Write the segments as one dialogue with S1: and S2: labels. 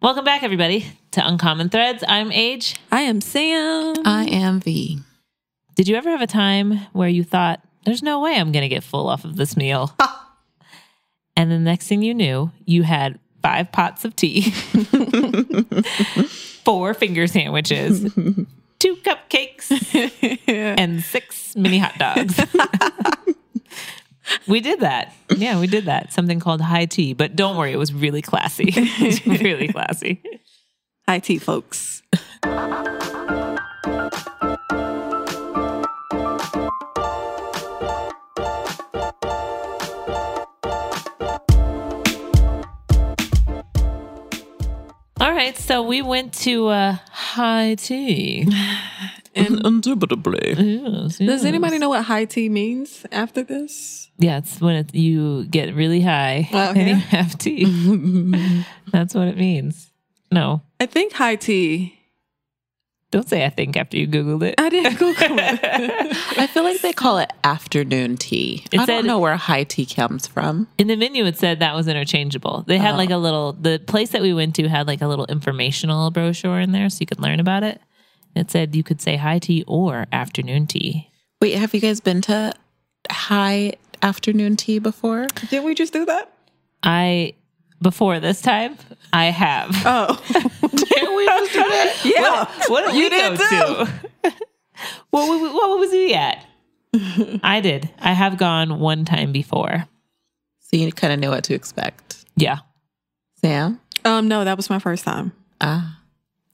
S1: Welcome back, everybody, to Uncommon Threads. I'm Age.
S2: I am Sam.
S3: I am V.
S1: Did you ever have a time where you thought, there's no way I'm going to get full off of this meal? and the next thing you knew, you had five pots of tea, four finger sandwiches, two cupcakes, and six mini hot dogs. we did that. Yeah, we did that. Something called high tea, but don't worry, it was really classy. It was really classy.
S2: Hi, T folks.
S1: All right, so we went to uh, high tea.
S3: And indubitably.
S1: Yes,
S2: Mm-hmm. Does
S1: yes.
S2: anybody know what high tea means after this?
S1: Yeah, it's when it, you get really high
S2: Oh,
S1: and you
S2: yeah?
S1: have tea. That's what it means. No,
S2: I think high tea.
S1: don't say I think after you Googled it.
S2: I didn't Google it.
S3: I feel like they call it afternoon tea.
S1: It
S3: I
S1: said-
S3: don't know where high tea comes from.
S1: In the menu, it said that was interchangeable. They
S2: Oh.
S1: had like a little, the place that we went to had like a little informational brochure in there so you could learn about it. It said you could say high tea or afternoon tea.
S3: Wait, have you guys been to high afternoon tea before?
S2: Didn't we just do that?
S1: I, before this time, I have.
S2: Oh,
S1: we just do that?
S2: Yeah.
S1: What, what did
S2: You
S1: we go
S2: did too.
S1: to? what, what, what was we at? I did. I have gone one time before.
S3: So you kind of know what to expect.
S1: Yeah.
S3: Sam?
S2: um, no, that was my first time.
S3: Ah,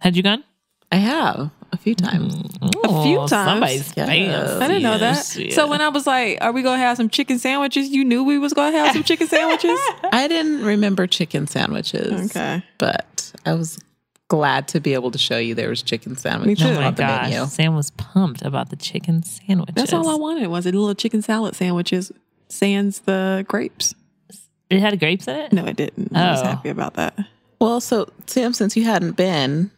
S1: Had you gone?
S3: I have a few times.
S1: Ooh,
S2: few times.
S1: Somebody's
S3: Yes.
S1: fancy.
S2: I didn't know that.
S1: Yes.
S2: So when I was like, "Are we gonna have some chicken sandwiches?" You knew we was gonna have some chicken sandwiches.
S3: I didn't remember chicken sandwiches.
S2: Okay.
S3: But I was glad to be able to show you there was chicken sandwiches
S2: too.
S3: on
S1: Oh my
S3: the
S1: gosh,
S3: menu.
S1: Sam was pumped about the chicken sandwiches.
S2: That's all I wanted was a little chicken salad sandwiches. Sans the grapes.
S1: It had grapes in it?
S2: No, I didn't. I was
S1: Oh.
S2: happy about that.
S3: Well, so Sam, since you hadn't been,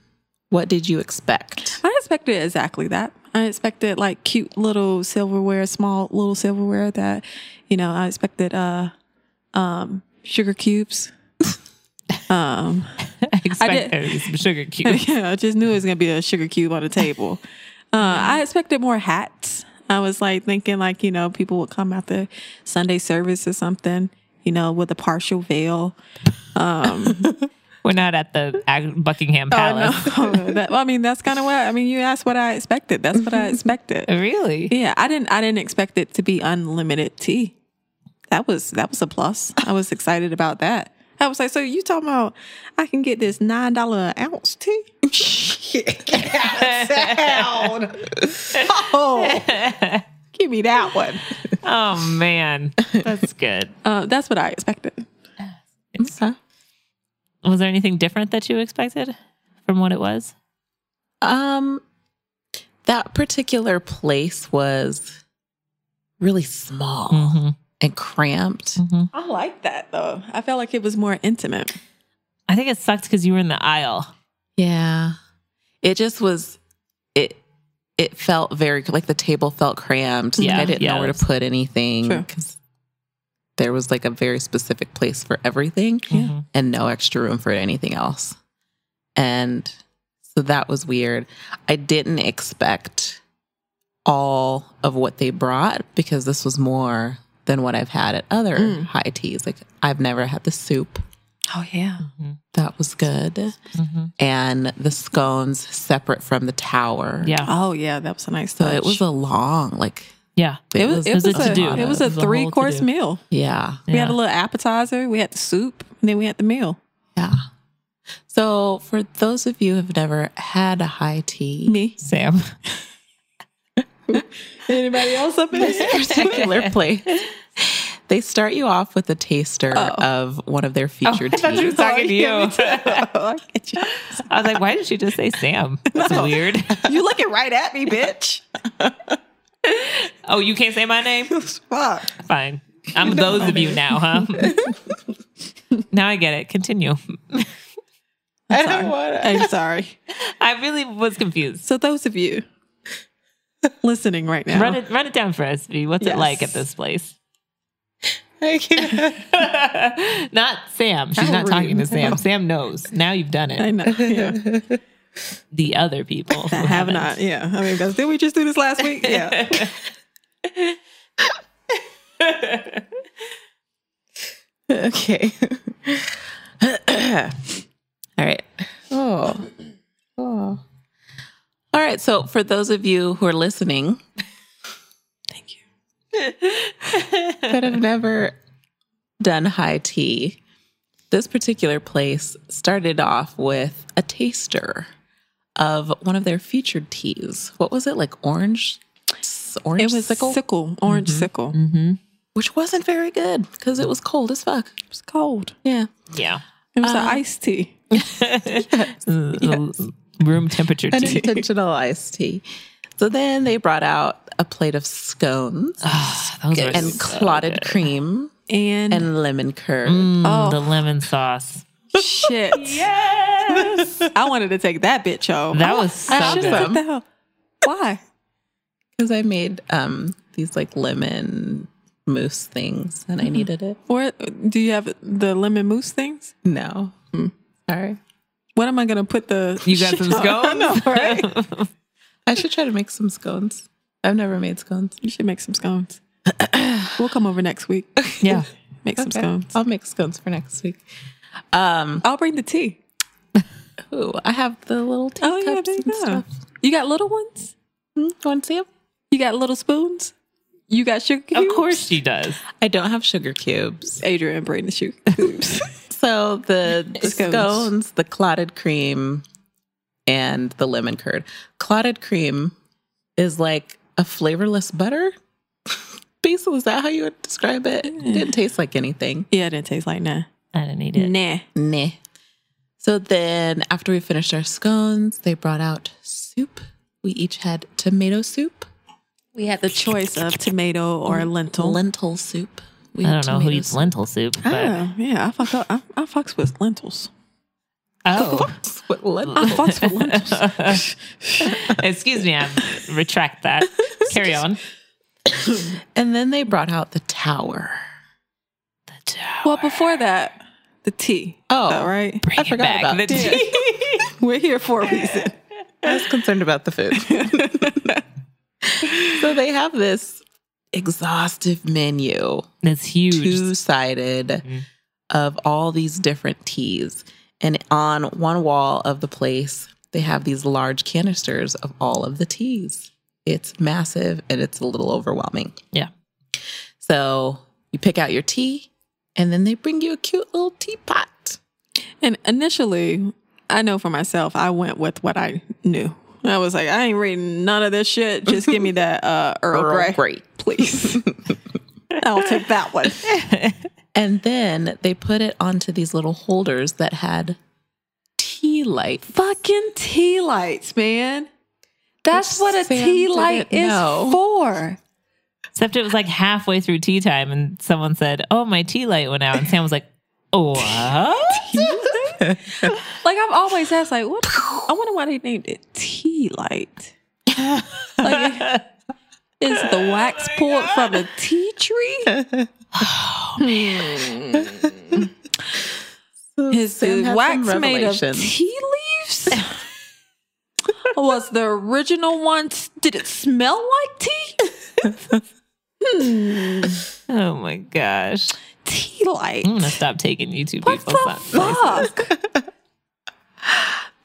S3: what did you expect?
S2: I expected exactly that. I expected like cute little silverware, small little silverware that, you know, I expected uh um sugar cubes. um
S1: I expect
S2: did-
S1: there to be some sugar cubes.
S2: yeah, I just knew it was gonna be a sugar cube on the table. Uh I expected more hats. I was like thinking like, you know, people would come after Sunday service or something, you know, with a partial veil.
S1: We're not at the Ag- Buckingham Palace.
S2: Oh, that, well, I mean, that's kind of what I mean. You asked what I expected. That's what I expected.
S1: Really?
S2: Yeah, I didn't I didn't expect it to be unlimited tea. That was that was a plus. I was excited about that. I was like, so you talking about I can get this nine dollar an ounce tea?
S3: oh, give me that one.
S1: Oh, man. That's good.
S2: Uh, that's what I expected.
S3: Okay.
S1: Was there anything different that you expected from what it was?
S3: Um, that particular place was really small
S1: Mm-hmm.
S3: and cramped.
S2: I like that though. I felt like it was more intimate.
S1: I think it sucked because you were in the aisle.
S3: Yeah, it just was. It it felt very like the table felt cramped. Like,
S1: Yeah,
S3: I didn't
S1: yeah,
S3: know where to
S1: that's-
S3: put anything
S2: Sure.
S3: because there was like a very specific place for everything,
S1: Mhm.
S3: and no extra room for anything else. And so that was weird. I didn't expect all of what they brought because this was more than what I've had at other high teas. Like I've never had the soup.
S2: Oh yeah.
S1: Mm-hmm.
S3: That was good. And the scones separate from the tower.
S1: Yeah.
S2: Oh yeah, that was a nice
S3: So
S2: touch.
S3: it was a long, like,
S1: yeah.
S2: it was it was,
S1: a
S2: a,
S1: to-do.
S2: it was
S1: It
S2: a
S1: was a whole
S2: three course
S1: to-do.
S2: meal.
S3: yeah.
S2: We had a little appetizer, we had the soup, and then we had the meal.
S3: Yeah. So for those of you who've never had a high tea,
S2: Me.
S1: Sam.
S2: Anybody else up in
S3: this particular place. They start you off with a taster of one of their featured teas.
S1: talking to Oh, you.
S2: I get you.
S1: I was like, why did she just say Sam? That's weird.
S2: You looking right at me, bitch.
S1: Oh, you can't say my name?
S2: Fuck.
S1: Fine. I'm those of you now, huh? now I get it. Continue.
S2: I'm sorry. I'm sorry.
S1: I really was confused.
S2: So those of you listening right now,
S1: Run it, run it down for us, V. What's it
S2: Yes.
S1: like at this place? not Sam. She's not talking to Sam. Sam knows. Now you've done
S2: I
S1: it.
S2: know. Yeah.
S1: The other people who
S2: I have
S1: haven't.
S2: not. Yeah. I mean, because did we just do this last week? Yeah.
S3: okay. All right. Oh. Oh. All right. So, for those of you who are listening,
S2: Thank you.
S3: that have never done high tea, this particular place started off with a taster of one of their featured teas. What was it like? Orange, orange
S2: It was sickle,
S3: sickle,
S2: orange sickle.
S1: Mm-hmm.
S3: which wasn't very good because it was cold as fuck.
S2: It was cold.
S3: Yeah,
S1: Yeah.
S2: It was an
S3: Uh,
S2: iced tea.
S1: Mm, Room temperature
S3: an
S1: tea.
S3: intentional iced tea. So then they brought out a plate of scones
S1: Ah, those are
S3: and
S1: so
S3: clotted
S1: good.
S3: cream
S2: And,
S3: and lemon curd.
S1: Mm,
S2: Oh.
S1: The lemon sauce.
S2: shit.
S1: Yes.
S2: I wanted to take that bitch home.
S1: That was so
S3: Oh, I
S1: good.
S3: should have-
S2: What the hell? Why?
S3: because I made um these like lemon mousse things and I needed it.
S2: Where do you have the lemon mousse things?
S3: No, Mm. sorry.
S2: What am I gonna put the?
S1: You got some
S2: I
S1: scones?
S2: know, right?
S3: I should try to make some scones. I've never made scones.
S2: you should make some scones. we'll come over next week.
S1: yeah.
S2: Make some
S3: Okay.
S2: scones.
S3: I'll make scones for next week. Um,
S2: I'll bring the tea.
S3: ooh, I have the little tea
S2: Oh yeah,
S3: cups
S2: there you
S3: and
S2: go.
S3: stuff.
S2: You got little ones.
S3: Hmm, you want to see 'em?
S2: You got little spoons. You got sugar cubes.
S1: Of course she does.
S3: I don't have sugar cubes.
S2: Adrian bring the sugar cubes.
S3: So the, the
S2: Scones.
S3: scones. the clotted cream, and the lemon curd. Clotted cream is like a flavorless butter. Basil, is that how you would describe it? It didn't taste like anything.
S2: yeah, it didn't taste like nah.
S1: I didn't eat it.
S2: Nah.
S3: Nah. So then, after we finished our scones, they brought out soup. We each had tomato soup,
S2: We had the choice of tomato or lentil.
S3: lentil soup. We
S1: Oh. I
S3: had
S1: don't know who
S3: tomato
S1: eats
S3: soup.
S1: lentil soup,
S3: Ah,
S1: but
S2: Oh, yeah, I fuck up. I, I fucks with lentils.
S1: oh,
S3: What
S2: I
S3: lentil?
S2: fucks with lentils.
S1: excuse me, I retract that. Carry on.
S3: and then they brought out the tower.
S2: Well, before that, the tea.
S3: Oh,
S2: All right.
S1: Bring
S3: I
S1: it
S3: forgot
S1: back.
S3: about
S1: the
S3: that.
S1: tea.
S2: We're here for a reason.
S3: I was concerned about the food. so they have this exhaustive menu,
S1: That's huge.
S3: two sided, of all these different teas. And on one wall of the place, they have these large canisters of all of the teas. It's massive and it's a little overwhelming.
S1: Yeah.
S3: So you pick out your tea, and then they bring you a cute little teapot.
S2: And initially, I know for myself, I went with what I knew. I was like, I ain't reading none of this shit. Just give me that uh, Earl, Grey,
S3: Great.
S2: please. I'll take that one.
S3: And then they put it onto these little holders that had tea light.
S2: Fucking tea lights, man. That's
S3: Which
S2: what a
S3: Sam
S2: tea light
S3: didn't
S2: is
S3: know.
S2: for.
S1: Except it was like halfway through tea time, and someone said, "Oh, my tea light went out," and Sam was like, "What?"
S2: Like I've always asked, like, what? I wonder why they named it tea light. like, is the
S3: Oh
S2: wax pulled from a tea tree? Is
S3: Hmm. Sam
S2: the
S3: had
S2: wax
S3: some
S2: made of
S3: revelations.
S2: tea leaves? Was the original one? Did it smell like tea?
S1: oh my gosh!
S2: Tea light.
S3: Mm,
S1: I'm gonna stop taking you two
S2: What
S1: people.
S2: the fuck?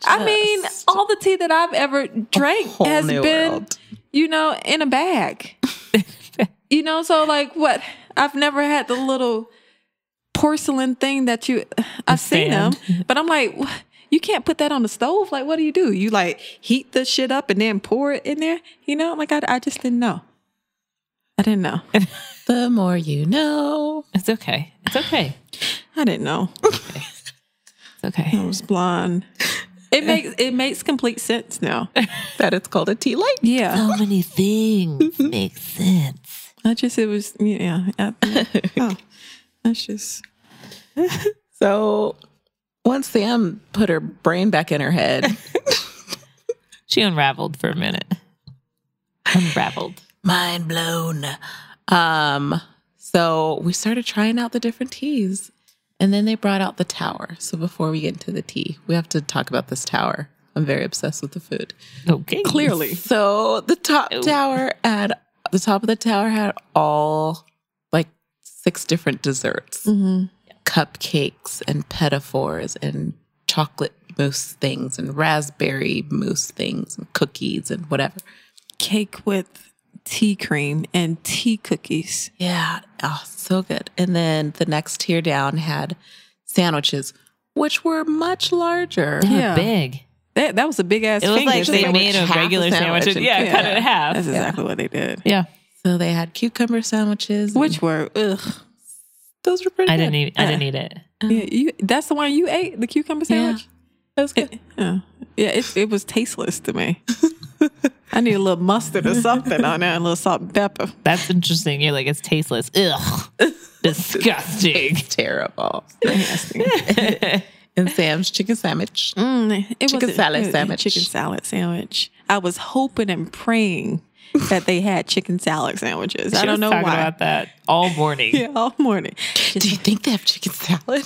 S2: I mean,
S3: Just
S2: all the tea that I've ever drank
S3: whole
S2: has
S3: new
S2: been,
S3: world.
S2: you know, in a bag. you know, so like what? I've never had the little porcelain thing that you. I've seen them, but I'm like, "Wha- you can't put that on the stove. Like, what do you do? You like heat the shit up and then pour it in there? You know, like I, I just didn't know. I didn't know.
S3: The more you know.
S1: It's okay. It's okay.
S2: I didn't know.
S1: It's okay.
S2: I was blonde. It makes it makes complete sense now.
S3: That it's called a tea light.
S2: Yeah,
S1: So many things make sense.
S2: I just it was yeah. I, oh, that's just
S3: So once Sam put her brain back in her head,
S1: She unraveled for a minute. Unraveled.
S3: mind blown. Um, So we started trying out the different teas. And then they brought out the tower. So before we get into the tea, we have to talk about this tower. I'm very obsessed with the food.
S1: Okay.
S2: Clearly.
S3: So the top
S1: Ew.
S3: tower had the top of the tower had all like six different desserts.
S2: Mm-hmm.
S3: Cupcakes and pedophores and chocolate mousse things and raspberry mousse things and cookies and whatever.
S2: Cake with tea cream and tea cookies.
S3: Yeah. Oh, so good. And then the next tier down had sandwiches, which were much larger.
S1: They were
S2: Yeah.
S1: Big.
S2: That that was a big ass.
S1: It was
S2: finger
S1: like they
S2: sandwich.
S1: made a
S3: half a
S1: regular
S3: sandwich
S1: sandwich.
S3: and-
S1: yeah, cut
S2: Yeah.
S1: it in half.
S2: That's exactly what they did. Mm.
S1: yeah.
S3: So they had cucumber sandwiches.
S2: Which were ugh.
S3: those were pretty
S1: I didn't
S3: good.
S1: eat. I didn't eat it.
S2: Yeah, you, that's the one you ate, the cucumber sandwich.
S3: That was good.
S2: Yeah, yeah, it, it was tasteless to me. I need a little mustard or something on there, and a little salt and pepper.
S1: That's interesting. You're like it's tasteless. Ugh. Disgusting.
S3: Terrible.
S2: Nasty.
S3: and Sam's chicken sandwich.
S2: Mm, it
S3: Chicken
S2: was a-
S3: salad
S2: it was a
S3: sandwich.
S2: Chicken salad sandwich. I was hoping and praying that they had chicken salad sandwiches. I
S1: She
S2: don't
S1: was
S2: know
S1: talking
S2: why.
S1: about that all morning.
S2: Yeah, all morning.
S3: Do you think they have chicken salad?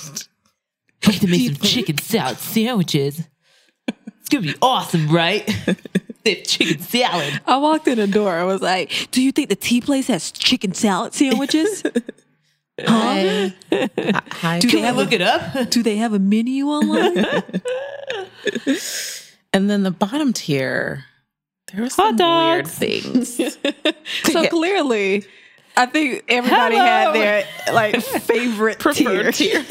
S1: We have to make some chicken salad sandwiches. It's gonna be awesome, right? they have chicken salad.
S2: I walked in the door. I was like, "Do you think the tea place has chicken salad sandwiches? huh?
S3: Hi. Hi.
S2: Do they
S1: Can
S2: have
S1: we look
S2: a,
S1: it up?
S2: Do they have a menu online?
S3: and then the bottom tier, there were
S1: Hot
S3: some weird
S1: dogs.
S3: things.
S2: so clearly, I think everybody had their like favorite
S3: Preferred
S2: tier.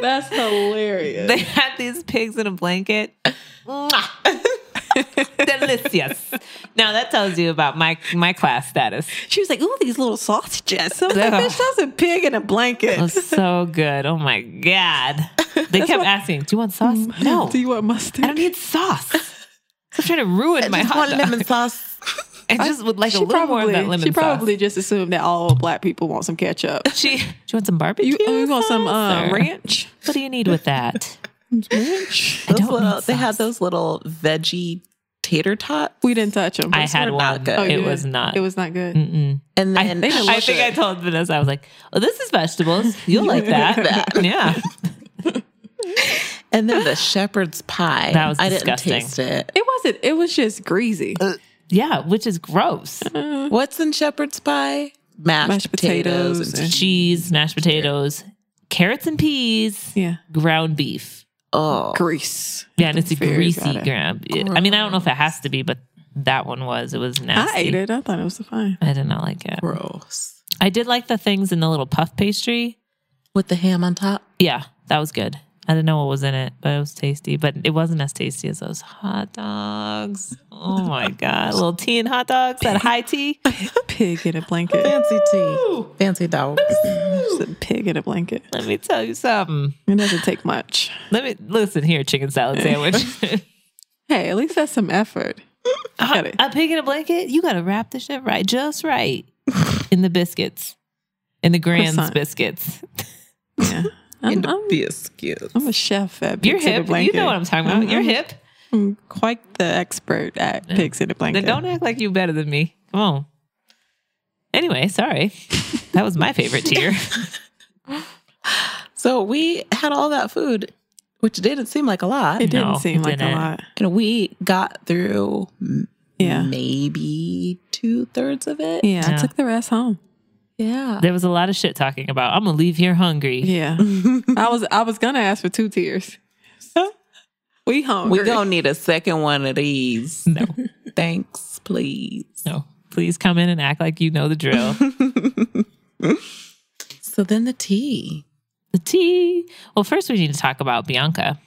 S2: That's hilarious.
S1: They had these pigs in a blanket. Mwah. Delicious. Now that tells you about my my class status.
S2: she was like, "Ooh, these little sausages." I was like,
S1: Yeah.
S2: "Bitch, that's a pig in a blanket."
S1: It was so good. Oh my god. They kept asking, "Do you want sauce?" No,
S2: Mm. Do you want
S1: I
S2: mustard?
S1: don't need sauce. I'm trying to ruin my
S3: just
S1: hot
S3: want
S1: dog.
S3: lemon sauce.
S1: I just would like a little more of that lemon
S2: she probably just assumed that all black people want some ketchup.
S1: sauce. She, do you want some barbecue?
S2: You, you want some
S1: sauce
S2: uh,
S1: or-
S2: ranch?
S1: What do you need with that?
S2: ranch?
S1: I
S3: Those
S1: don't
S3: little,
S1: need
S3: they had
S1: sauce.
S3: those little veggie tater tots.
S2: We didn't touch them.
S1: I had
S3: were not
S1: one.
S3: good. Oh,
S1: it
S3: you
S1: was not.
S2: It was not good.
S1: Mm-mm.
S3: And
S1: I,
S3: then
S1: I think I told Vanessa, I was like, "Oh, this is vegetables. You'll like that." Yeah,
S3: and then the shepherd's pie.
S1: That was
S3: I didn't
S1: disgusting.
S3: taste it.
S2: It wasn't. It was just greasy.
S1: yeah, which is gross.
S2: Mm-hmm.
S3: What's in shepherd's pie? Mashed,
S2: Mashed
S3: potatoes,
S2: potatoes
S3: and
S2: and-
S1: Cheese, mashed potatoes, carrots and peas,
S2: Yeah,
S1: ground beef.
S3: oh,
S2: grease.
S1: Yeah, and it's a
S2: Very
S1: greasy
S2: good.
S1: ground. beef. I mean, I don't know if it has to be, but that one was. It was nasty.
S2: I ate it. I thought it was fine.
S1: I did not like it.
S3: gross.
S1: I did like the things in the little puff pastry.
S3: With the ham on top.
S1: Yeah, that was good. I didn't know what was in it, but it was tasty. But it wasn't as tasty as those hot dogs. Oh my god, little tea and hot dogs. That high tea.
S2: Pig in a blanket.
S3: Fancy tea. Fancy dogs.
S2: Just a pig in a blanket.
S1: Let me tell you something.
S2: It doesn't take much.
S1: Let me listen here, chicken salad sandwich.
S2: Hey, at least that's some effort. Got it.
S1: I'm picking a blanket. You gotta wrap the shit right, just right, in the biscuits, in the Grand's
S2: Croissant.
S1: biscuits.
S2: Yeah. I'm,
S3: And a
S2: I'm,
S3: biscuit.
S2: I'm a chef at
S1: Uh-huh. You're
S2: pigs in a
S1: hip. You
S2: blanket. Uh-huh.
S1: know what I'm talking about.
S2: I'm-
S1: You're
S2: I'm-
S1: hip.
S2: I'm quite the expert at pigs in a
S1: Then
S2: blanket.
S1: don't act like you better than me. Come on. Anyway, sorry. That was my favorite tier.
S3: So we had all that food, which didn't seem like a lot.
S2: It didn't
S1: No,
S2: seem
S1: it
S2: like
S1: didn't.
S2: a lot.
S3: And we got through m-
S2: Yeah.
S3: maybe two thirds of it.
S2: Yeah,
S1: Yeah.
S2: I took the rest home.
S3: Yeah.
S1: There was a lot of shit talking about. I'm gonna leave here hungry.
S2: Yeah. I was I was gonna ask for two tiers. We hungry.
S3: We gonna need a second one of these.
S1: No,
S3: Thanks, please.
S1: no. Please come in and act like you know the drill.
S3: So then the tea.
S1: the tea. Well, first we need to talk about Bianca.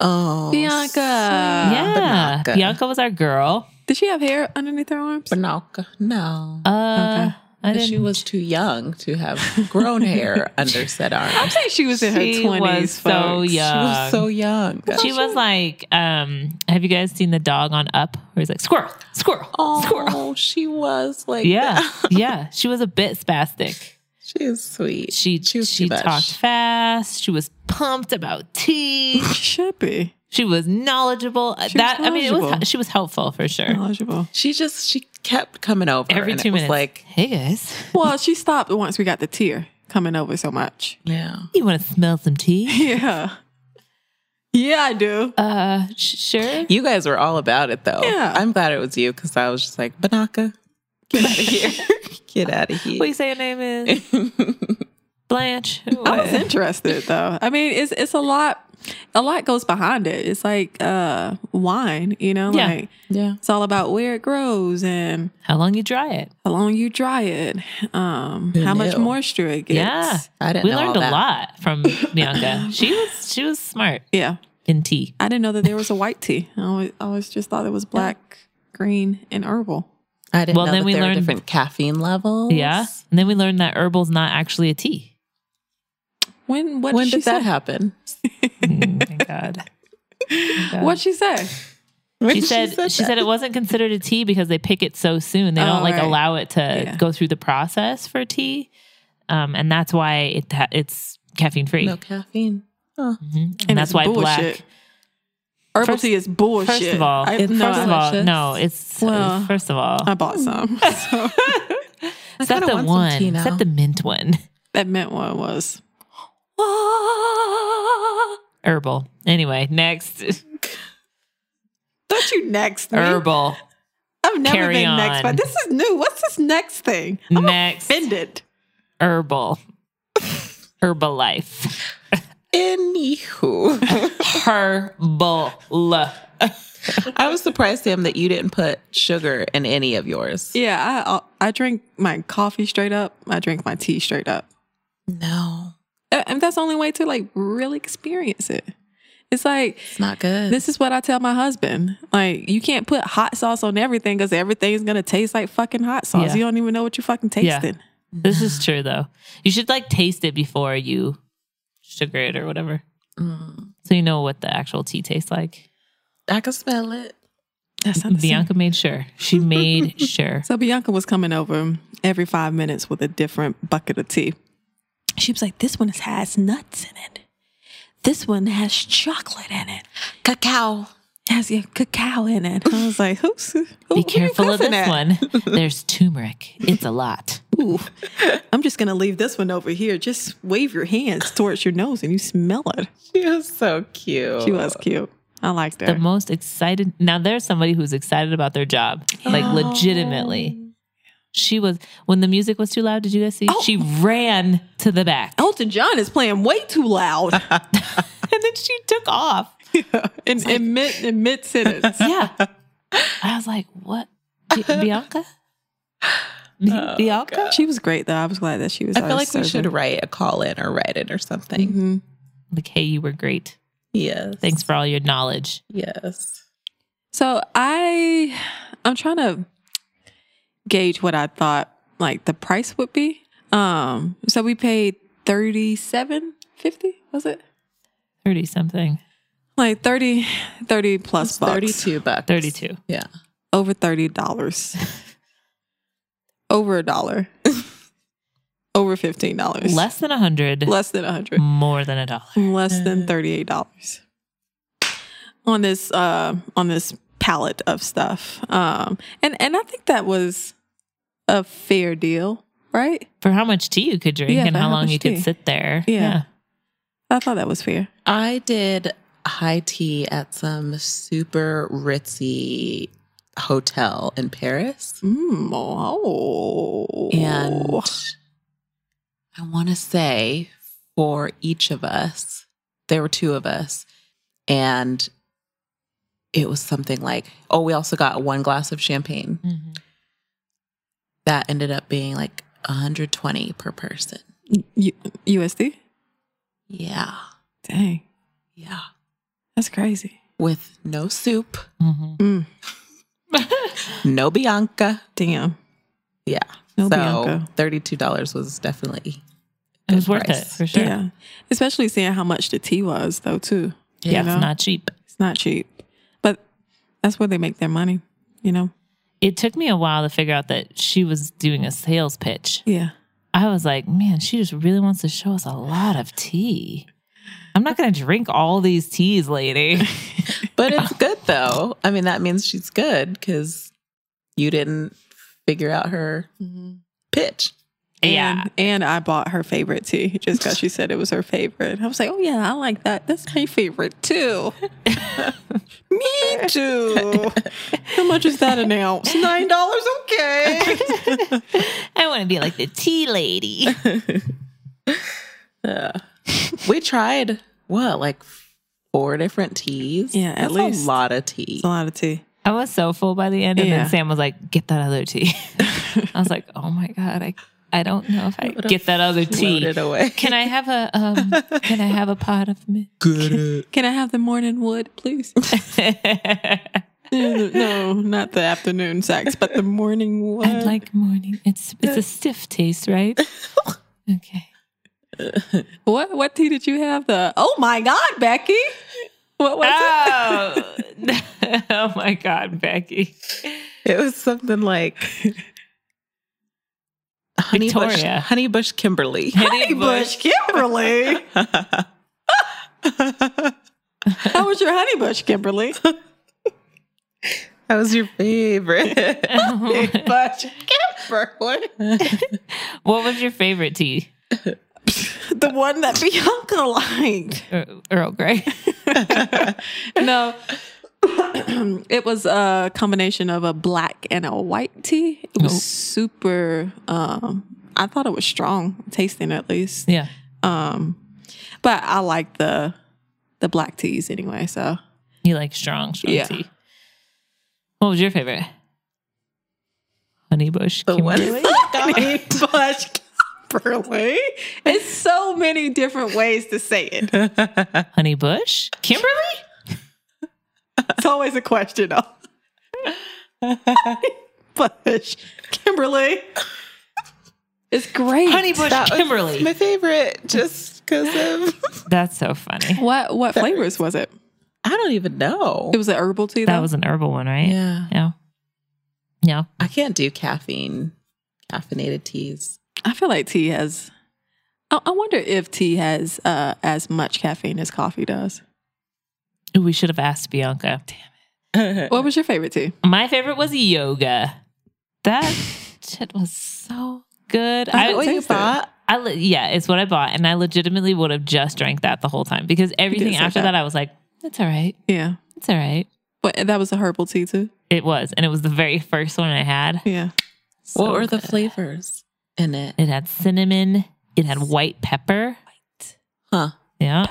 S3: Oh,
S2: Bianca. Uh,
S1: yeah,
S3: Banaka.
S1: Bianca was our girl.
S2: Did she have hair underneath her arms?
S3: Banaka. No.
S1: Uh,
S2: Okay.
S1: I didn't.
S3: she was too young to have grown hair under said
S2: I'm
S3: arm.
S2: saying she was in
S1: She
S2: her twenties.
S1: was so
S2: folks.
S1: young.
S3: She was so young.
S1: she was like, um, have you guys seen the dog on Up? Where he's like, squirrel, squirrel, squirrel.
S3: Oh, she was like
S1: Yeah,
S3: that.
S1: yeah. She was a bit spastic.
S3: She is sweet.
S1: She
S3: she was
S1: she
S3: too much.
S1: talked fast. She was pumped about tea.
S2: She should be.
S1: She was knowledgeable.
S2: was
S1: that I mean, it
S2: knowledgeable.
S1: was she was helpful for sure.
S2: Knowledgeable.
S3: She just she kept coming over
S1: Every
S3: and
S1: two
S3: it was
S1: minutes,
S3: Like
S1: hey guys,
S2: Well, she stopped once we got the tear coming over so much.
S3: yeah,
S1: you want to smell some tea?
S2: Yeah. Yeah, I do.
S1: Uh, sh- sure.
S3: you guys were all about it though.
S2: Yeah.
S3: I'm glad it was you because I was just like Banaka, get out of here, get out of here.
S1: What you say your name is Blanche?
S2: I
S3: Oh.
S1: What?
S2: was interested though. I mean, it's it's a lot a lot goes behind it. It's like uh wine, you know,
S1: Yeah.
S2: like
S3: yeah,
S2: it's all about where it grows and
S1: How long you dry it?
S2: how long you dry it, um,
S3: Who
S2: how much
S3: knew?
S2: moisture it gets.
S1: Yeah.
S3: I didn't.
S1: We
S3: know
S1: learned
S3: all
S1: a
S3: that.
S1: lot from Bianca. she was she was smart
S2: Yeah.
S1: in tea.
S2: I didn't know that there was a white tea. I always, I always just thought it was black, green, and herbal.
S3: I didn't
S1: Well,
S3: know
S1: then
S3: that
S1: we
S3: there
S1: learned-
S3: were different caffeine levels.
S1: Yeah. And then we learned that herbal's not actually a tea.
S2: When what
S3: when
S2: she
S3: did that
S2: say?
S3: happen?
S2: Oh
S1: Mm, thank God. Thank God.
S2: What she say?
S3: When
S1: she
S3: did
S1: said she said,
S3: that?
S1: it wasn't considered a tea because they pick it so soon. They don't
S2: Oh,
S1: like
S2: right.
S1: allow it to
S2: Yeah.
S1: go through the process for tea, um, and that's why it ha- it's caffeine free.
S3: no caffeine.
S1: hmm And, that's
S2: it's
S1: why
S2: bullshit. Herbal
S1: First-
S2: tea is bullshit.
S1: black. First of all,
S2: I,
S1: first
S2: no,
S1: of
S2: I,
S1: all,
S3: delicious.
S1: no, it's
S2: Well,
S1: first of all,
S2: I bought some. So
S1: is that
S3: kinda
S1: the
S3: want some
S1: one?
S3: tea
S1: Is
S3: now.
S1: that the mint one?
S2: that mint one was.
S1: Herbal. Anyway, next
S2: Don't you next me?
S1: herbal.
S2: I've never
S1: Carry
S2: been
S1: on.
S2: next, but this is new. What's this next thing? I'm
S1: next
S2: offended.
S1: herbal. Herbalife.
S3: Anywho,
S1: Herbal.
S3: I was surprised, Sam, that you didn't put sugar in any of yours.
S2: Yeah, I I drink my coffee straight up. I drink my tea straight up.
S3: No,
S2: A- And that's the only way to like really experience it. It's like
S3: it's not good.
S2: this is what I tell my husband. Like you can't put hot sauce on everything because everything's gonna taste like fucking hot sauce.
S1: Yeah.
S2: You don't even know what you're fucking
S1: Yeah.
S2: tasting.
S1: This is true though. You should like taste it before you sugar it or whatever.
S3: Mm.
S1: So you know what the actual tea tastes like.
S3: I can smell it.
S2: That sounds the same.
S1: Bianca made sure. She made sure.
S2: So Bianca was coming over every five minutes with a different bucket of tea. She was like, "This one has nuts in it. This one has chocolate in it.
S3: Cacao.
S2: It has your cacao in it." I was like, "Who's who, who
S1: Be
S2: you
S1: careful of
S2: cussing
S1: this
S2: at?"
S1: one. There's turmeric. It's a lot.
S2: Ooh, I'm just gonna leave this one over here. Just wave your hands towards your nose and you smell it."
S3: She was so cute.
S2: She was cute. I liked her.
S1: Uh. The most excited. Now there's somebody who's excited about their job, like legitimately. She was when the music was too loud. Did you guys see?
S2: Oh.
S1: She ran to the back,
S2: Elton John is playing way too loud
S1: and then she took off.
S2: in, in mid in mid sentence.
S1: Yeah, I was like, "What, Bi- Bianca? Bi-
S3: Oh,
S1: Bianca?
S3: God.
S2: She was great though. I was glad that she was.
S3: I feel
S2: our
S3: like we should
S2: servant.
S3: write a call in or write it or something.
S2: Mhm.
S1: Like, hey, you were great.
S3: Yes.
S1: Thanks for all your knowledge.
S3: Yes.
S2: So I, I'm trying to gauge what I thought like the price would be. Um, so we paid thirty seven fifty. Was it
S1: Thirty something,
S2: like 30, 30 plus
S3: It's
S2: bucks?
S3: Thirty-two bucks.
S1: thirty-two.
S3: Yeah.
S2: over thirty dollars, over a dollar, over fifteen dollars,
S1: Less than a hundred.
S2: less than a hundred.
S1: More than a dollar.
S2: less than
S3: Uh.
S2: thirty-eight dollars on this uh, on this palette of stuff. Um, and and I think that was a fair deal, right?
S1: For how much tea you could drink
S2: Yeah,
S1: and
S2: for
S1: how
S2: how
S1: long
S2: much
S1: you
S2: tea.
S1: could sit there.
S2: Yeah. I thought that was fair.
S3: I did high tea at some super ritzy hotel in Paris.
S2: Mm, oh,
S3: And I want to say for each of us, there were two of us, and it was something like, oh, we also got one glass of champagne.
S1: yeah. Mm-hmm.
S3: That ended up being like 120 per person.
S2: U- USD.
S3: Yeah.
S2: Dang,
S3: Yeah.
S2: that's crazy.
S3: With no soup,
S1: Mm-hmm.
S2: Mm,
S3: no Bianca.
S2: damn,
S3: Yeah.
S2: no
S3: so
S2: Bianca.
S3: $32 was definitely
S1: It was
S3: Good
S1: worth it
S3: price.
S1: for sure.
S2: Yeah, especially seeing how much the tea was though too.
S1: Yeah,
S2: You
S1: it's
S2: know?
S1: not cheap.
S2: It's not cheap, but that's where they make their money. You know.
S1: It took me a while to figure out that she was doing a sales pitch.
S2: Yeah.
S1: I was like, man, she just really wants to show us a lot of tea. I'm not going to drink all these teas, lady.
S3: But it's good though. I mean, that means she's good because you didn't figure out her
S2: Mm-hmm.
S3: pitch.
S1: yeah.
S2: And, and I bought her favorite tea just because she said it was her favorite. I was like, oh, yeah, I like that. That's my favorite too. Me too. How much is that an ounce? $9. Okay.
S1: I want to be like the tea lady.
S3: We tried what, like four different teas?
S2: Yeah, at
S3: That's
S2: least.
S3: a lot of tea.
S2: It's a lot of tea.
S1: I was so full by the end, and
S2: Yeah.
S1: then Sam was like, "Get that other tea." I was like, "Oh my god, I I don't know if I
S3: would've
S1: get that other
S3: Floated
S1: tea."
S3: away.
S1: Can I have a um? Can I have a pot of milk?
S3: Good.
S2: Can I have the morning wood, please?
S1: I'd
S2: no, not the afternoon sex, but the morning wood.
S1: like morning. It's it's a stiff taste, right? Okay.
S2: what what tea did you have? The oh my god, Becky. What was it?
S1: Oh, oh my god, Becky,
S3: It was something like Honeybush,
S1: Victoria.
S3: Honeybush Kimberly.
S1: Honey
S2: Honeybush Kimberly. How was your honeybush, Kimberly?
S3: That was your favorite. Honeybush Kimberly.
S1: What was your favorite tea,
S2: the one that Bianca liked.
S1: Ear- Er-, Earl Grey?
S2: No. it was a combination of a black and a white tea. It was
S1: Oh.
S2: super um I thought it was strong tasting at least.
S1: Yeah.
S2: Um but I like the the black teas anyway, so
S1: You like strong, strong
S2: Yeah.
S1: tea. What was your favorite? Honeybush.
S3: The one
S1: Kimberly.
S2: Honeybush Kimberly. It's so many different ways to say it.
S1: Honeybush? Kimberly?
S2: It's always a question of Honeybush Kimberly. It's great.
S1: Honeybush
S3: That was
S1: Kimberly.
S3: my favorite just because of.
S1: That's so funny.
S2: What what flavors was it?
S3: I don't even know.
S2: It was an herbal tea.
S1: That
S2: though?
S1: was an herbal one, right?
S3: yeah.
S1: Yeah. Yeah.
S3: I can't do caffeine, caffeinated teas.
S2: I feel like tea has. I, I wonder if tea has uh, as much caffeine as coffee does.
S1: Ooh, we should have asked Bianca.
S2: What was your favorite tea?
S1: My favorite was yoga. That shit was so good. I,
S2: I don't
S3: what you
S2: taste it.
S3: bought?
S1: I le- yeah, it's what I bought, and I legitimately would have just drank that the whole time because everything
S2: say
S1: after
S2: that.
S1: that. I was like, "It's all right,
S2: Yeah,
S1: it's all right."
S2: but that was a herbal tea too.
S1: It was, and it was the very first one I had.
S2: Yeah,
S1: So
S3: what were the
S1: good.
S3: flavors in it?
S1: It had cinnamon. It had white pepper.
S3: Huh?
S1: Yeah.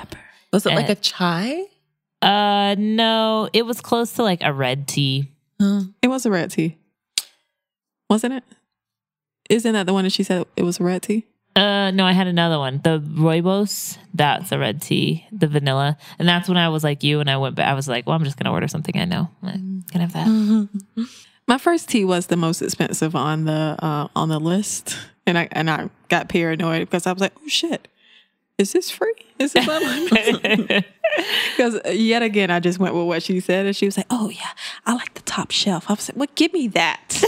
S3: Was it like
S1: Uh,
S3: a chai?
S1: Uh, no, it was close to like a red tea.
S3: Huh.
S2: it was a red tea, wasn't it? Isn't that the one that she said it was red tea?
S1: Uh, no, I had another one. The rooibos, that's a red tea. The vanilla, and that's when I was like you, and I went. back. I was like, well, I'm just gonna order something I know. I can have that.
S2: My first tea was the most expensive on the uh, on the list, and I and I got paranoid because I was like, oh shit, is this free? Is this online? Because yet again, I just went with what she said, and she was like, "Oh yeah, I like the top shelf." I was like, "Well, give me that."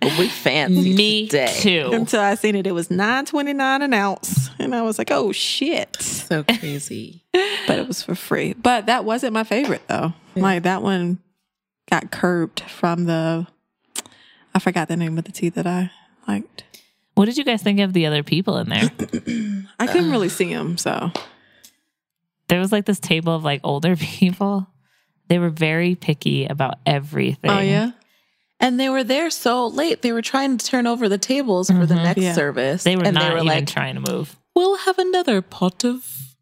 S3: Well, we fancy
S1: Me
S3: today.
S1: too.
S2: Until I seen it, it was nine twenty nine an ounce, and I was like, "Oh shit!"
S3: So crazy.
S2: But it was for free. But that wasn't my favorite though. Like that one got curbed from the. I forgot the name of the tea that I liked.
S1: What did you guys think of the other people in there?
S2: I couldn't really see him, so Oh,
S1: There was like this table of like older people. They were very picky about everything.
S2: oh yeah,
S3: and they were there so late. They were trying to turn over the tables for the
S1: Mhm.
S3: next
S2: Yeah.
S3: service.
S1: they were
S3: and
S1: not
S3: Mm-hmm. they were
S1: even
S3: like,
S1: trying to move.
S3: "We'll have another pot of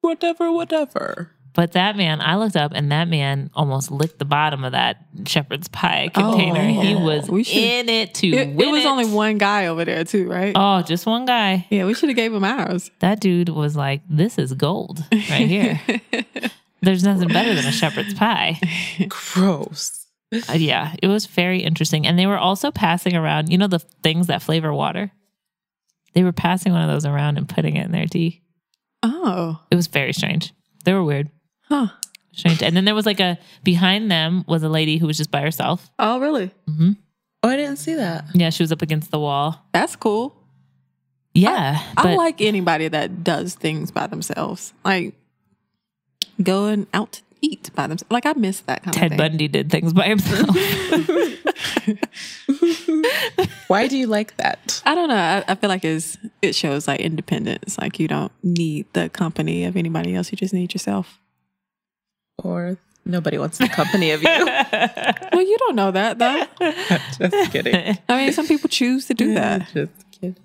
S3: whatever, whatever."
S1: But that man, I looked up and that man almost licked the bottom of that shepherd's pie container. he
S2: Oh, yeah.
S1: was
S2: We should-
S1: in it to
S2: it,
S1: win.
S2: it was
S1: it.
S2: only one guy over there too, right?
S1: Oh, just one guy.
S2: Yeah, we should have gave him ours.
S1: That dude was like, "This is gold right here. There's nothing better than a shepherd's pie."
S3: Gross.
S1: Uh, yeah, it was very interesting. And they were also passing around, you know, the things that flavor water. They were passing one of those around and putting it in their tea.
S2: Oh,
S1: It was very strange. They were weird.
S2: huh?
S1: Strange. And then there was like a behind them was a lady who was just by herself.
S2: Oh, really?
S3: Oh, I didn't see that.
S1: Yeah, she was up against the wall.
S2: That's cool.
S1: Yeah,
S2: Oh, I
S1: but
S2: like anybody that does things by themselves. Like going out to eat by themselves. Like I miss that kind
S1: Ted
S2: of thing.
S1: Bundy did things by himself.
S3: Why do you like that?
S2: I don't know. I, I feel like it's it shows like independence. Like you don't need the company of anybody else. You just need yourself.
S3: Or nobody wants the company of you.
S2: Well, you don't know that though.
S3: Just kidding.
S2: I mean, some people choose to do that.
S3: Just kidding.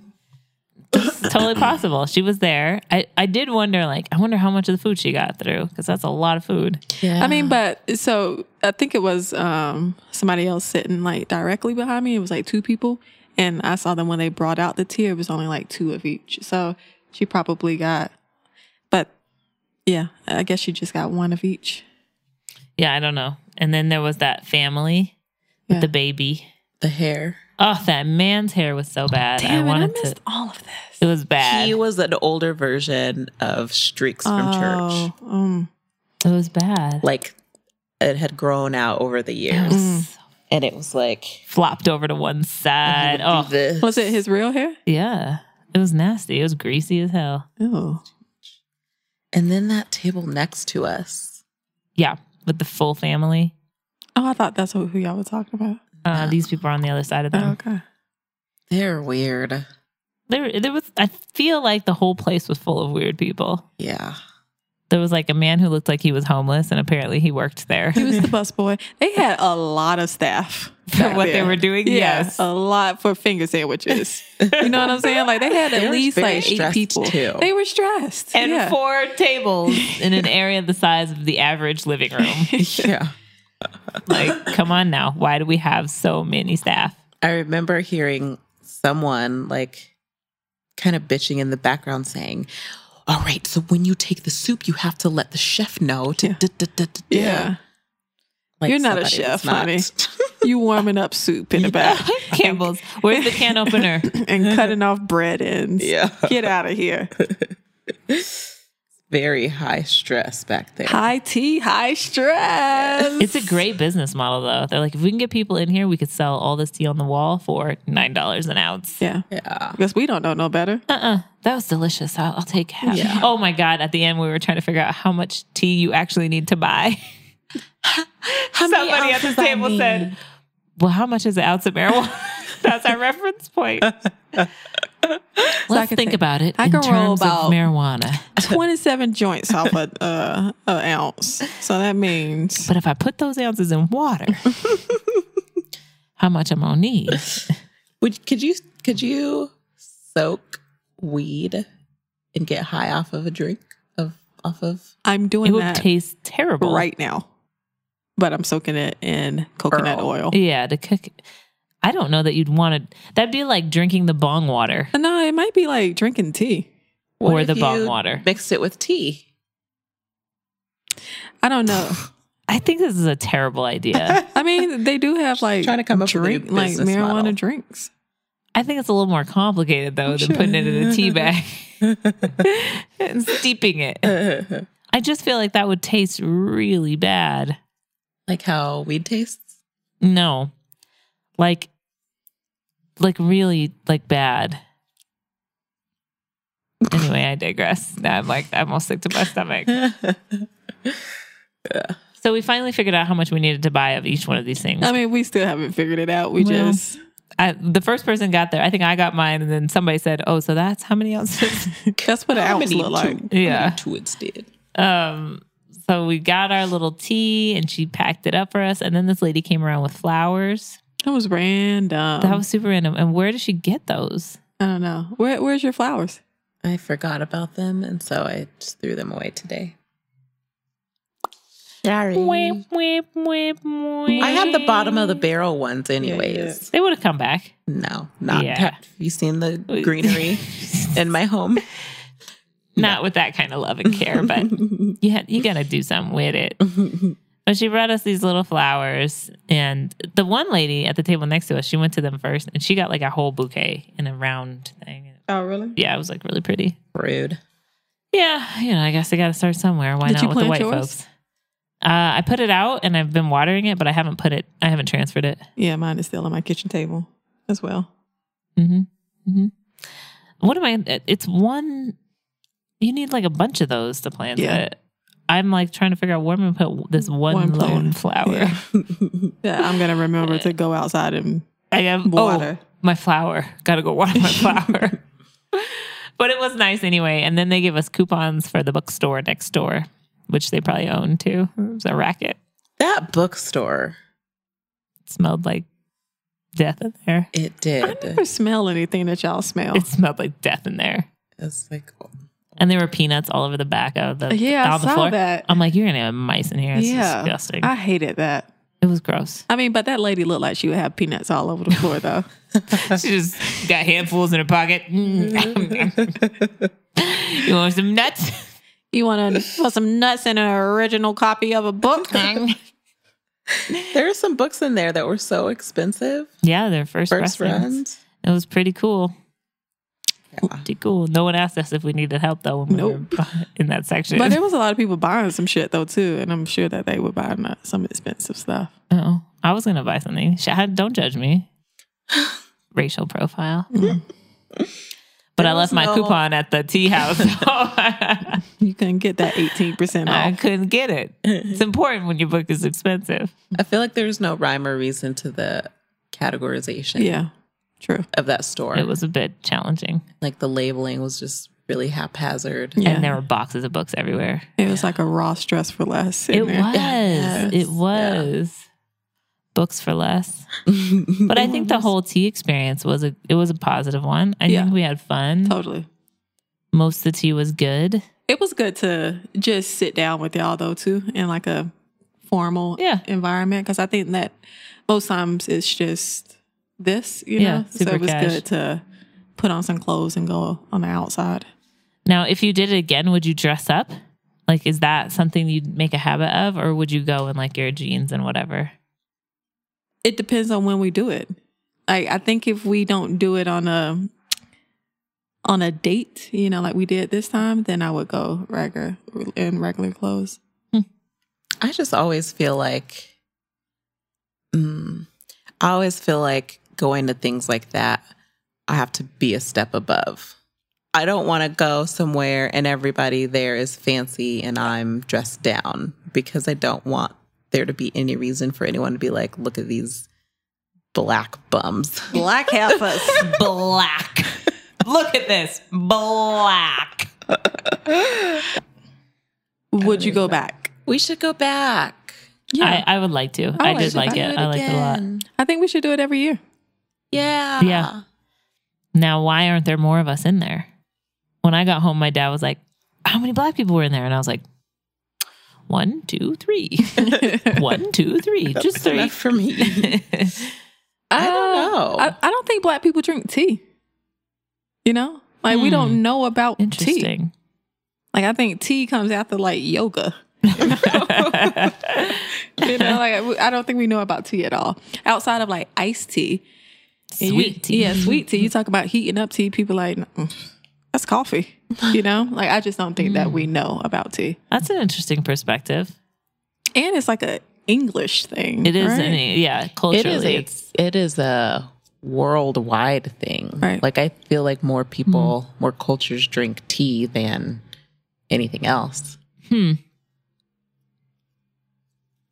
S1: It's totally possible. She was there. I, I did wonder, like, I wonder how much of the food she got through because that's a lot of food.
S3: Yeah.
S2: I mean, but so I think it was um, somebody else sitting like directly behind me. It was like two people, and I saw them when they brought out the tier. It was only like two of each, so she probably got. But yeah, I guess she just got one of each.
S1: Yeah, I don't know. And then there was that family with
S2: Yeah.
S1: the baby.
S3: the hair.
S1: Oh, that man's hair was so bad. I wanted to.
S2: all of this
S1: It was bad.
S3: He was an older version of Streaks from Church.
S2: Oh, Um,
S1: it was bad.
S3: Like it had grown out over the
S1: It
S3: years.
S1: was
S3: And it was like
S1: flopped over to one side. Oh,
S3: this.
S2: was it his real hair?
S1: yeah. It was nasty. It was greasy as hell.
S2: Oh,
S3: And then that table next to us.
S1: Yeah, with the full family.
S2: oh, I thought that's who, who y'all were talking about.
S1: Uh,
S3: Yeah.
S1: These people are on the other side of them.
S2: Oh, okay.
S3: They're weird.
S1: There, there was. I feel like the whole place was full of weird people.
S3: Yeah.
S1: There was like a man who looked like he was homeless, and apparently he worked there
S2: He was the busboy. They had a lot of staff
S1: for
S2: back
S1: what they
S2: there.
S1: were doing.
S2: Yeah, Oh.
S1: Yes,
S2: a lot for finger sandwiches. You know what I'm saying? Like they had at
S3: They were
S2: least
S3: very
S2: like eight
S3: stressed,
S2: people.
S3: too.
S2: They were stressed.
S1: and
S2: yeah.
S1: four tables in an area the size of the average living room.
S3: yeah.
S1: like, come on now, why do we have so many staff?
S3: I remember hearing someone like kind of bitching in the background saying, All right, so when you take the soup, you have to let the chef know. To
S2: Yeah.
S3: da- da- da- da- da."
S2: yeah.
S3: Like
S2: You're not a
S3: somebody
S2: chef,
S3: was not.
S2: honey. You warming up soup in the back
S1: Campbell's, where's the can opener?
S2: and cutting off bread ends.
S3: yeah.
S2: Get out of here.
S3: Very high stress back there.
S2: High tea, high stress.
S1: It's a great business model, though. They're like, if we can get people in here, we could sell all this tea on the wall for nine dollars an ounce.
S2: Yeah.
S3: Yeah.
S2: Because we don't know no better.
S1: Uh-uh. That was delicious. I'll, I'll take half.
S3: Yeah.
S1: Oh my God. At the end, we were trying to figure out how much tea you actually need to buy.
S3: many
S1: Somebody at the
S3: ounces I
S1: table said,
S3: need?
S1: Well, how much is an ounce of marijuana? That's our reference point. Let's
S2: could
S1: think
S2: say,
S1: about it
S2: I
S1: in
S2: could roll
S1: terms of
S2: about-
S1: marijuana.
S2: 27 joints off a, uh, a ounce. So that means
S1: But if I put those ounces in water, how much I'm going to need?
S3: Would could you could you soak weed and get high off of a drink of off of
S2: I'm
S1: It
S2: doing
S1: would
S2: that
S1: taste terrible.
S2: right now. But I'm soaking it in coconut
S3: Earl.
S2: oil.
S1: Yeah, to cook. I don't know that you'd want to. That'd be like drinking the bong water.
S2: Uh, No, it might be like drinking tea.
S1: Or
S3: What
S1: the
S3: if
S1: bong
S3: you
S1: water.
S3: Mixed it with tea.
S2: I don't know.
S1: I think this is a terrible idea.
S2: I mean, they do have like
S3: trying to come up with a
S2: drink
S3: new
S2: like
S3: business
S2: marijuana
S3: model.
S2: drinks.
S1: I think it's a little more complicated though than putting it in a tea bag and steeping it. I just feel like that would taste really bad.
S3: like how weed tastes.
S1: No. Like like really like bad. Anyway, I digress. Now I'm like I'm all sick to my stomach. So we finally figured out how much we needed to buy of each one of these things.
S2: I mean, we still haven't figured it out. We
S1: Well.
S2: just
S1: I, the first person got there. I think I got mine, and then somebody said, "Oh, so that's how many ounces?"
S2: that's what an
S3: How
S2: ounce
S3: many
S2: look like.
S3: two-
S1: Yeah.
S3: how many two instead.
S1: Um, so we got our little tea and she packed it up for us. And then this lady came around with flowers.
S2: That was random.
S3: Um,
S1: That was super random. And where did she get those?
S2: I don't know. Where where's your flowers?
S3: I forgot about them, and so I just threw them away today. Sorry.
S1: Whip, whip, whip, whip.
S3: I had the bottom of the barrel ones, anyways.
S1: They would have come back.
S3: No, not.
S1: Yeah.
S3: Have you seen the greenery in my home?
S1: Not with that kind of love and care, but you had, you got to do something with it. But she brought us these little flowers, and the one lady at the table next to us, she went to them first, and she got like a whole bouquet in a round thing.
S2: Oh, really?
S1: Yeah, it was like really pretty.
S3: Rude.
S1: Yeah, you know, I guess I got to start somewhere. Why
S2: Did
S1: not
S2: you
S1: with the
S2: plant
S1: white
S2: yours?
S1: folks? Uh, I put it out and I've been watering it, but I haven't put it. I haven't transferred it.
S2: Yeah, mine is still on my kitchen table as well. Mm-hmm.
S1: hmm hmm uh, What am I? It's one. You need like a bunch of those to plant
S2: Yeah.
S1: it. I'm like trying to figure out where I'm gonna put this one,
S2: One plant.
S1: lone flower.
S2: Yeah. yeah, I'm gonna remember to go outside and
S1: I have
S2: water.
S1: Oh, my flower. Gotta go water my flower. but it was nice anyway. And then they give us coupons for the bookstore next door, which they probably own too. It was a racket.
S3: That bookstore,
S1: It smelled like death in there.
S3: it
S2: I
S3: did.
S2: never smell anything that y'all smell.
S1: It smelled like death in there.
S3: It's like
S1: And there were peanuts all over the back of the
S2: yeah, I
S1: on the
S2: saw
S1: floor.
S2: that.
S1: I'm like, you're gonna have mice in here. It's
S2: Yeah.
S1: disgusting.
S2: I hated that.
S1: it was gross.
S2: I mean, but that lady looked like she would have peanuts all over the floor, though.
S1: She just got handfuls in her pocket. Mm. you want some nuts?
S2: You want to put some nuts in an original copy of a book?
S3: there are some books in there that were so expensive.
S1: yeah, their first,
S3: First
S1: pressings.
S3: run.
S1: It was pretty cool.
S3: Yeah.
S1: Pretty cool. No one asked us if we needed help though when we were in that section.
S2: But there was a lot of people buying some shit though too, and I'm sure that they were buying uh, some expensive stuff.
S1: oh, I was gonna buy something. Sh- Don't judge me. Racial profile.
S2: Mm.
S1: Mm. But I
S3: There
S1: left
S3: was
S1: my
S3: no-
S1: coupon at the tea house.
S2: You couldn't get that 18%
S1: I
S2: off.
S1: couldn't get it. It's important when your book is expensive.
S3: I feel like there's no rhyme or reason to the categorization
S2: Yeah, true.
S3: of that store.
S1: It was a bit challenging.
S3: like the labeling was just really haphazard.
S2: Yeah,
S1: And there were boxes of books everywhere.
S2: it was like a raw stress for less. in
S1: It was.
S2: there.
S3: Yes.
S1: It was. Books for less.
S2: Mm-hmm.
S1: But I think the whole tea experience was a it was a positive one. I
S2: Yeah.
S1: think we had fun.
S2: totally.
S1: Most of the tea was good.
S2: It was good to just sit down with y'all though too, in like a formal
S1: Yeah.
S2: environment because I think that most times it's just this, you
S1: Yeah,
S2: know. So
S1: super
S2: it was
S1: cash.
S2: good to put on some clothes and go on the outside.
S1: Now, if you did it again, would you dress up? Like, is that something you'd make a habit of, or would you go in like your jeans and whatever?
S2: It depends on when we do it. I I think if we don't do it on a on a date, you know, like we did this time, then I would go regular in regular clothes.
S3: I just always feel like, mm, I always feel like going to things like that, I have to be a step above. I don't want to go somewhere and everybody there is fancy and I'm dressed down because I don't want there to be any reason for anyone to be like, look at these black bums.
S2: Black heifers.
S1: Black. Look at this. Black.
S2: would you go back?
S3: We should go back.
S1: I, I would like to. I,
S2: like
S1: did
S2: it.
S1: like
S2: I
S1: it. I liked it a lot.
S3: again.
S2: I think we should do it every year.
S3: Yeah.
S1: Yeah. Now, why aren't there more of us in there? When I got home, my dad was like, How many black people were in there? And I was like, One, two, three. One, two, three. Just three.
S3: Enough for me. I don't know.
S2: Uh, I, I don't think black people drink tea. You know? Like we don't know about tea.
S1: Interesting.
S2: Like I think tea comes after like yoga. You know, like we- I don't think we know about tea at all. Outside of like iced tea. And you-
S1: Sweet tea.
S2: Yeah, sweet tea. You talk about heating up tea, people like "Mm, that's coffee. You know? Like I just don't think that
S1: Mm.
S2: we know about tea.
S1: That's an interesting perspective.
S2: And it's like a English thing.
S1: It is,
S2: right?
S1: an, yeah, culturally.
S3: It
S1: it's-
S3: is a, it is a worldwide thing.
S2: Right.
S3: Like I feel like more people, more cultures drink tea than anything else.
S1: Hmm.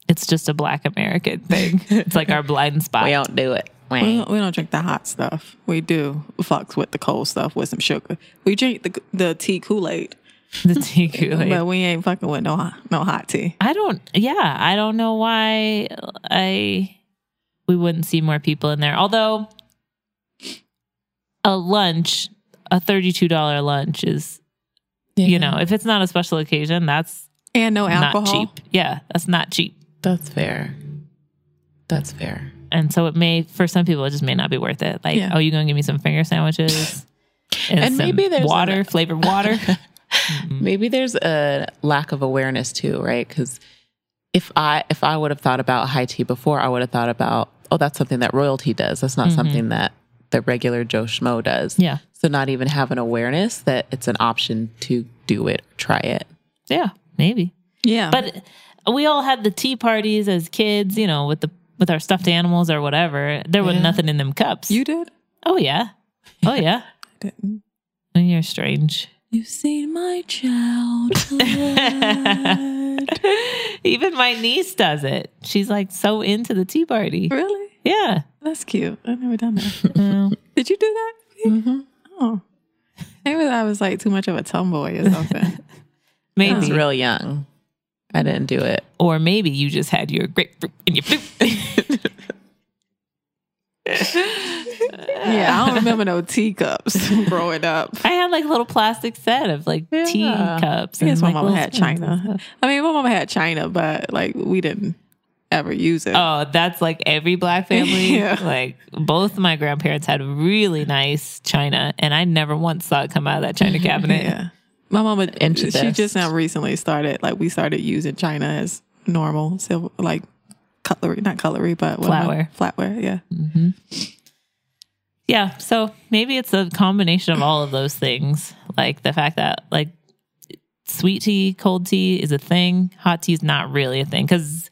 S1: it's just a black American thing. It's like our blind spot.
S3: We don't do it.
S2: We don't, we don't drink the hot stuff. We do fucks with the cold stuff with some sugar. We drink the the tea Kool Aid,
S1: the tea Kool-Aid.
S2: but we ain't fucking with no hot- no hot tea.
S1: I don't. Yeah, I don't know why I we wouldn't see more people in there. Although a lunch, a thirty-two dollar lunch is, you know, if it's not a special occasion, that's
S2: And no alcohol.
S1: not cheap. Yeah, that's not cheap,
S3: That's fair. That's fair.
S1: and so it may for some people it just may not be worth it. Like,
S2: Yeah.
S1: oh, you gonna give me some finger sandwiches and,
S3: And
S1: some
S3: maybe there's an-
S1: water, flavored water.
S3: Maybe there's a lack of awareness too, right? Because if I if I would have thought about high tea before, I would have thought about oh, that's something that royalty does. That's not something that the regular Joe Schmo does.
S1: yeah,
S3: So not even have an awareness that it's an option to do it, try it.
S1: yeah, maybe.
S2: Yeah,
S1: but we all had the tea parties as kids, you know, with the with our stuffed animals or whatever. There was
S3: Yeah.
S1: nothing in them cups.
S2: you did.
S1: oh yeah, oh yeah.
S2: Didn't.
S1: You're strange.
S2: You've seen my childhood. weird.
S1: Even my niece does it. She's like so into the tea party.
S2: Really?
S1: Yeah.
S2: That's cute. I've never done that.
S1: Well,
S2: Did you do that?
S3: Mm-hmm.
S2: Oh. Maybe I was like too much of a tomboy or something.
S1: maybe.
S3: It's real young. I didn't do it.
S1: Or maybe you just had your grapefruit in your food.
S2: yeah, I don't remember no teacups growing up.
S1: I had like a little plastic set of like tea
S3: Yeah.
S1: cups.
S2: I guess my
S1: like,
S2: mama
S1: little
S2: had
S1: spoons and
S2: china.
S1: stuff.
S2: I mean, my mama had china, but like we didn't ever use it.
S1: Oh, that's like every black family.
S2: Yeah.
S1: Like both my grandparents had really nice china, and I never once saw it come out of that china cabinet.
S2: yeah. My mama,
S3: And
S2: she
S3: she
S2: just
S3: does.
S2: now recently started, like we started using china as normal silver, like cutlery, not cutlery, but what am I- Flatware, yeah.
S1: Mm-hmm. Yeah, so maybe it's a combination of all of those things, like the fact that like sweet tea, cold tea is a thing, hot tea is not really a thing cuz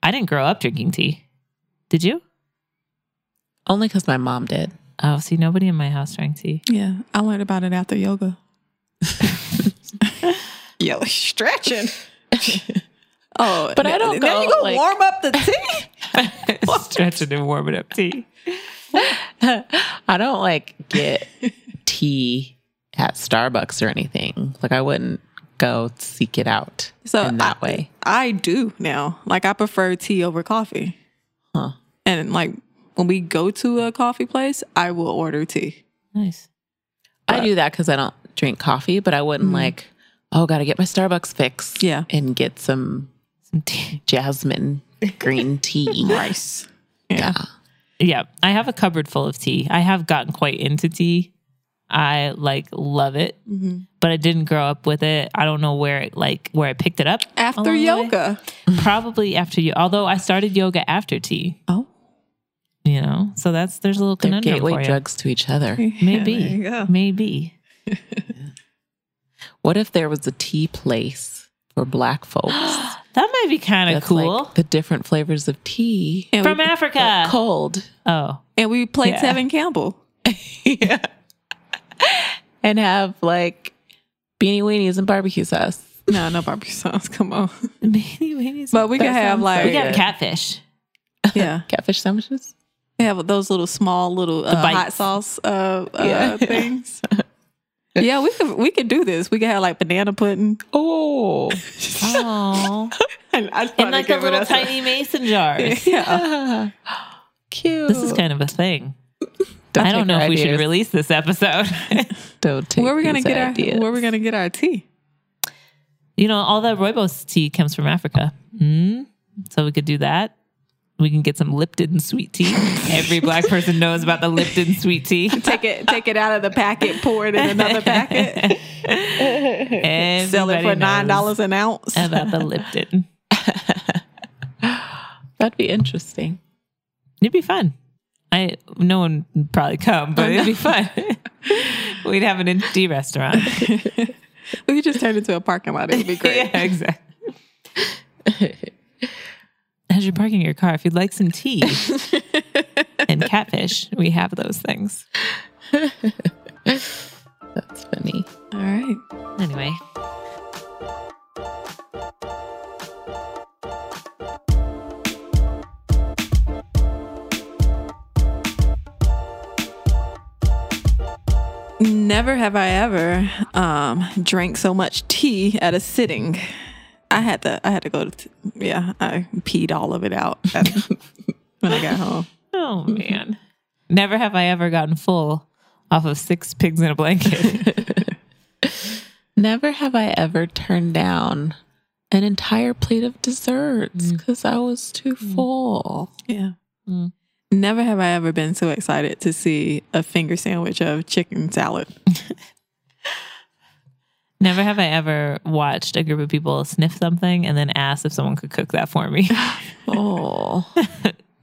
S1: I didn't grow up drinking tea. Did you?
S3: Only because my mom did.
S1: Oh, see nobody in my house drank tea.
S2: Yeah. I learned about it after yoga. Yo, stretching. oh,
S3: But I don't
S2: Now
S3: go,
S2: you go
S3: like-
S2: warm up the tea.
S1: Stretching and warming up tea.
S3: I don't like get tea at Starbucks or anything. Like I wouldn't go seek it out
S2: So
S3: in that
S2: I-
S3: way.
S2: I do now. Like I prefer tea over coffee.
S3: Huh.
S2: And like when we go to a coffee place, I will order tea.
S1: Nice.
S3: I do that because I don't drink coffee, but I wouldn't like, oh, gotta get my Starbucks fix.
S2: Yeah.
S3: And get some
S1: Some tea.
S3: jasmine green tea.
S2: Rice. Yeah.
S1: Yeah, I have a cupboard full of tea. I have gotten quite into tea. I like love it,
S2: Mhm.
S1: but I didn't grow up with it. I don't know where it like where I picked it up.
S2: After
S1: along the way.
S2: yoga.
S1: probably after you. Although I started yoga after tea,
S2: Oh.
S1: you know, so that's there's a little
S3: They're
S1: conundrum for
S3: gateway
S1: you.
S3: drugs to each other.
S1: Maybe,
S2: Yeah, there you go.
S1: maybe.
S3: What if there was a tea place for black folks?
S1: that might be kind of
S3: That's like
S1: cool
S3: the different flavors of tea.
S2: And,
S1: from
S2: we,
S1: Africa.
S3: Cold.
S1: Oh,
S2: and we played
S1: Yeah.
S2: Tevin Campbell.
S3: yeah. And have like beanie weenies and barbecue sauce.
S2: No, no barbecue sauce. Come on.
S1: maybe, maybe.
S2: But we
S3: That
S2: can have
S3: sounds so
S1: we
S2: like
S1: got
S3: good.
S1: catfish.
S2: yeah,
S3: Catfish sandwiches.
S2: we have those little small little uh, hot
S1: bites.
S2: sauce uh, uh,
S3: Yeah.
S2: things. yeah, we could we could do this. We could have like banana pudding.
S3: Oh.
S1: Oh,
S2: and I
S1: and like the little tiny mason jars.
S2: Yeah.
S3: Cute.
S1: This is kind of a thing. I don't
S3: Oh. take
S1: know
S3: our
S1: if we should
S3: ideas.
S1: release this episode.
S3: Don't take
S2: where are we gonna
S3: these
S2: get
S3: ideas.
S2: our where we gonna get our tea?
S1: you know, all that rooibos tea comes from Africa. Mm. So we could do that. We can get some Lipton sweet tea. Every black person knows about the Lipton sweet tea.
S2: Take it take it out of the packet, pour it in another packet,
S1: Everybody
S2: sell it for
S1: knows
S2: nine dollars an ounce.
S1: about the Lipton.
S3: That'd be interesting.
S1: It'd be fun. I no one would probably come, but it'd be fun. We'd have an empty restaurant.
S2: We could just turn it into a parking lot. It'd be great.
S1: yeah, exactly. As you're parking your car, if you'd like some tea and catfish, we have those things.
S3: That's funny.
S2: All right.
S1: Anyway,
S2: Never have I ever um, drank so much tea at a sitting. I had to I had to go to t- yeah, I peed all of it out at- when I got home.
S1: oh man, never have I ever gotten full off of six pigs in a blanket.
S3: Never have I ever turned down an entire plate of desserts because I was too full.
S2: Yeah.
S1: Mm.
S2: Never have I ever been so excited to see a finger sandwich of chicken salad.
S1: never have I ever watched a group of people sniff something and then asked if someone could cook that for me.
S3: Oh.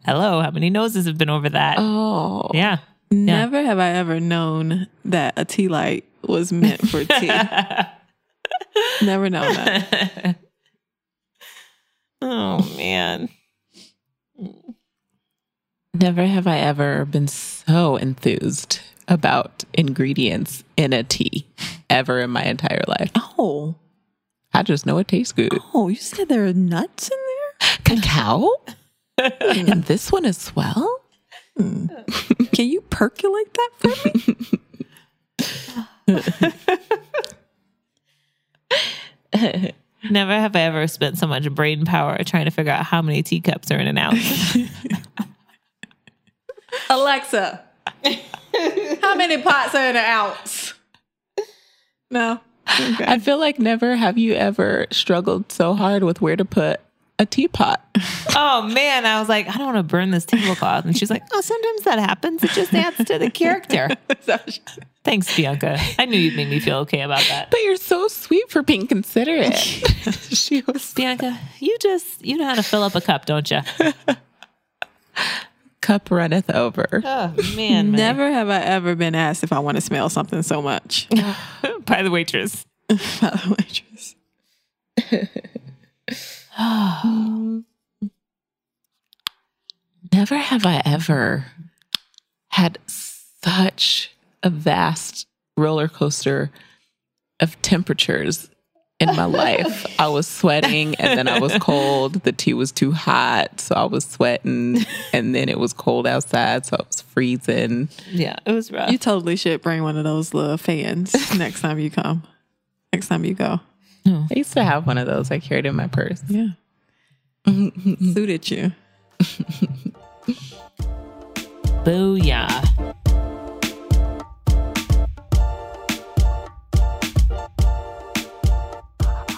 S1: Hello, how many noses have been over that?
S3: Oh.
S1: Yeah.
S2: Never have I ever known that a tea light was meant for tea. Never known that.
S1: Oh man.
S3: Never have I ever been so enthused about ingredients in a tea ever in my entire life.
S2: Oh,
S3: I just know it tastes good.
S2: Oh, you said there are nuts in there?
S3: Cacao? and this one as well?
S2: Can you percolate that for me?
S1: Never have I ever spent so much brain power trying to figure out how many teacups are in an ounce.
S2: Alexa, how many pots are in an ounce? No.
S3: I feel like never have you ever struggled so hard with where to put a teapot.
S1: oh man, I was like, I don't want to burn this tablecloth. And she's like, Oh, sometimes that happens. It just adds to the character. Thanks, Bianca. I knew you'd make me feel okay about that.
S3: But you're so sweet for being considerate. she was
S1: Bianca, you just you know how to fill up a cup, don't you?
S3: cup runneth over.
S1: Oh man,
S2: Never have I ever been asked if I want to smell something so much.
S1: by the waitress.
S2: By the waitress.
S3: Never have I ever had such a vast roller coaster of temperatures in my life. I was sweating and then I was cold. The tea was too hot, so I was sweating. And then it was cold outside, so I was freezing.
S1: Yeah, it was rough.
S2: You totally should bring one of those little fans next time you come. Next time you go.
S3: I used to have one of those I carried in my purse.
S2: Yeah. Suited you.
S1: Booyah.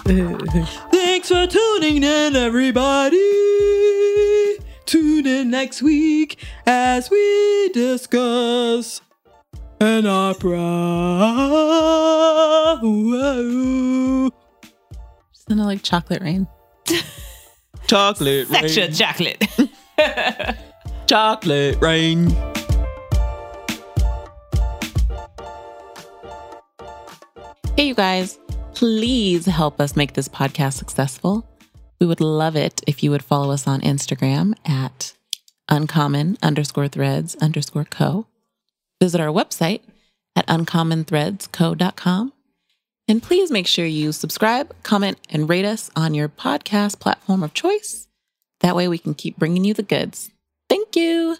S2: Thanks for tuning in, everybody. Tune in next week as we discuss an opera.
S3: Sounded like chocolate rain.
S4: Chocolate
S1: Extra
S4: rain.
S1: chocolate.
S4: Chocolate rain.
S3: Hey, you guys, please help us make this podcast successful. We would love it if you would follow us on Instagram at uncommon underscore threads underscore co. Visit our website at uncommonthreadsco.com. And please make sure you subscribe, comment, and rate us on your podcast platform of choice. That way we can keep bringing you the goods. Thank you.